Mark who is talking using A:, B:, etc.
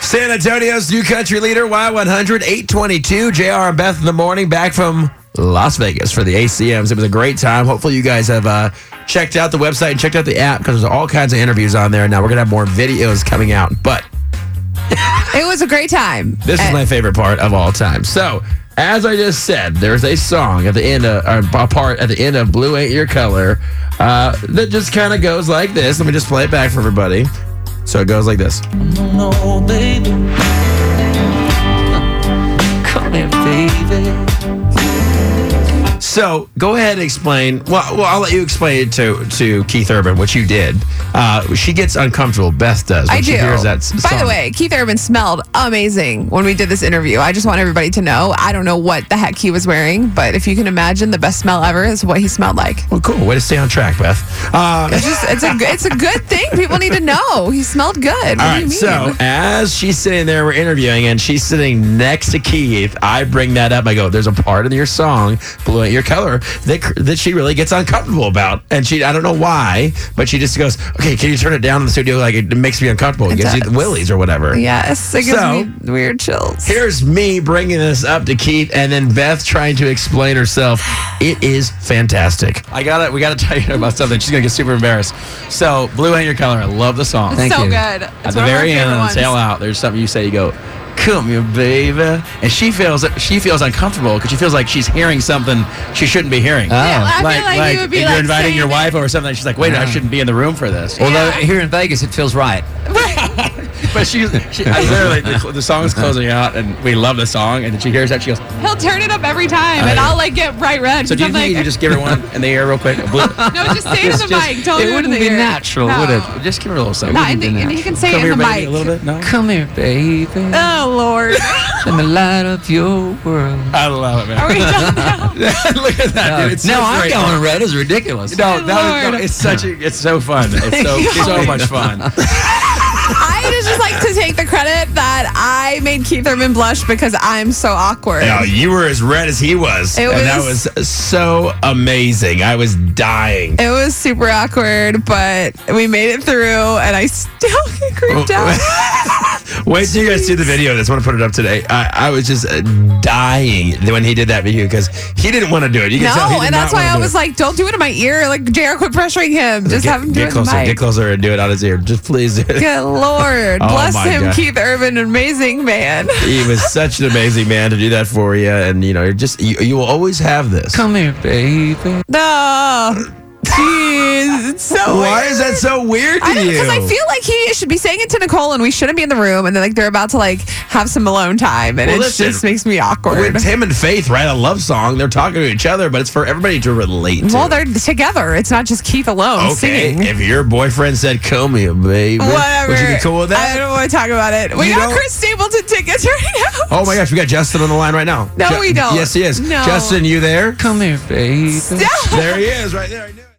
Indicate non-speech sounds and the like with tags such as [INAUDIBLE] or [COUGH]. A: San Antonio's new country leader, Y100, 822. JR and Beth in the morning, back from Las Vegas for the ACMs. It was a great time. Hopefully, you guys have uh, checked out the website and checked out the app because there's all kinds of interviews on there. Now, we're going to have more videos coming out, but
B: It was a great time. Uh,
A: this is
B: And-
A: my favorite part of all time. So, as I just said, there's a song at the end of, or a part at the end of Blue Ain't Your Color uh, that just kind of goes like this. Let me just play it back for everybody. So, it goes like this.
C: No, baby. Come here, baby.
A: So go ahead and explain. Well, well, I'll let you explain it to to Keith Urban, which you did. Uh, she gets uncomfortable. Beth does. When
B: I
A: she
B: do.
A: Hears that s-
B: By the
A: song.
B: way, Keith Urban smelled amazing when we did this interview. I just want everybody to know. I don't know what the heck he was wearing, but if you can imagine, the best smell ever is what he smelled like.
A: Well, cool. Way to stay on track, Beth. Um,
B: It's just it's a it's a good thing. People need to know he smelled good. What
A: all
B: do you
A: right.
B: mean?
A: So as she's sitting there, we're interviewing, and she's sitting next to Keith. I bring that up. I go, "There's a part in your song, Blue Ain't Your Color," that cr- that she really gets uncomfortable about, and she I don't know why, but she just goes, "Okay, can you turn it down in the studio? Like it makes me uncomfortable. It,
B: It
A: gives you
B: does.
A: the willies or whatever."
B: yes, it gives
A: So-
B: me weird chills.
A: Here's me bringing this up to Keith, and then Beth trying to explain herself. It is fantastic. I got to We got to tell you about something. She's gonna get super embarrassed. So, blue ain't your color. I love the song.
B: It's so good.
A: At
B: It's one
A: the
B: of my
A: very end,
B: favorite
A: on the tail
B: ones.
A: out, there's something you say. You go, "Come here, baby," and she feels she feels uncomfortable because she feels like she's hearing something she shouldn't be hearing.
B: I feel like you would be,
A: if
B: like,
A: you're inviting your
B: saying
A: wife over something. She's like, "Wait, I shouldn't be in the room for this."
D: Although
B: Yeah.
D: here in Vegas, it
B: [LAUGHS]
D: feels right.
A: [LAUGHS] But she, she I literally, the, the song's closing out, and we love the song. And then she hears that, she goes,
B: He'll turn it up every time, and I'll like get bright red.
A: So do you think you could just give her one in the air real quick?
B: [LAUGHS]
A: Blue-
B: no, just say to the mic. Don't
D: it Oh, wouldn't be natural, would it?
A: Just give her a little something.
B: No, and, the, and he can say
A: Come
B: it
A: here,
B: in the
A: baby,
B: mic.
A: a little bit. No,
D: [LAUGHS] Come here, [LAUGHS] baby. I'm
B: Oh
A: [LAUGHS]
B: Lord,
D: the light of your world.
A: I love it, man.
B: are we done now?
A: [LAUGHS] Look at that, dude. It's
D: no,
A: so
D: I'm
A: great.
D: going red. It's ridiculous.
A: No,
B: Good
A: that was, no,
B: Lord.
A: it's such a, it's so fun. It's
B: [LAUGHS]
A: so so much fun.
B: I just, just like to take the credit that I made Keith Urban blush because I'm so awkward.
A: Yeah, you were as red as he was,
B: It
A: and that
B: was-
A: was so amazing. I was dying.
B: It was super awkward, but we made it through, and I still [LAUGHS] get creeped
A: Oh,
B: out.
A: Wait till you guys see the video. of This I want to put it up today. I, I was just uh, dying when he did that video because he didn't want to do it. [LAUGHS] You can tell he
B: No,
A: did
B: and
A: not
B: that's why
A: wanna
B: I
A: do it.
B: was like, "Don't do it in my ear." Like Jr. quit pressuring him. Just
A: get,
B: have him do
A: get
B: it in the
A: closer,
B: mic.
A: get closer, and do it on his ear. Just please do it.
B: Good
A: [LAUGHS]
B: Lord,
A: Oh,
B: bless
A: my
B: him,
A: God.
B: Keith Urban, amazing man. [LAUGHS]
A: He was such an amazing man to do that for you, and you know, you're just you, you will always have this.
D: Come here, baby.
B: No, jeez, it's so.
A: Oh, Why
B: weird.
A: is that so weird to
B: I don't
A: you?
B: because I feel like he should be saying it to Nicole, and we shouldn't be in the room, and then like they're about to like have some alone time, and
A: Well,
B: it
A: listen,
B: just makes me awkward.
A: when Tim and Faith write a love song, they're talking to each other, but it's for everybody to relate. to.
B: Well, they're together. It's not just Keith alone
A: okay.
B: singing.
A: If your boyfriend said "Come here, baby,"
B: Whatever.
A: would you be cool with
B: I
A: that?
B: don't want to talk about it. We
A: You
B: got
A: don't-
B: Chris Stapleton tickets right now. [LAUGHS]
A: Oh my gosh, we got Justin on the line right now.
B: No, we don't.
A: Yes, he is.
B: No.
A: Justin, you there?
D: Come here, baby.
B: No.
A: There he is, right there. I knew it.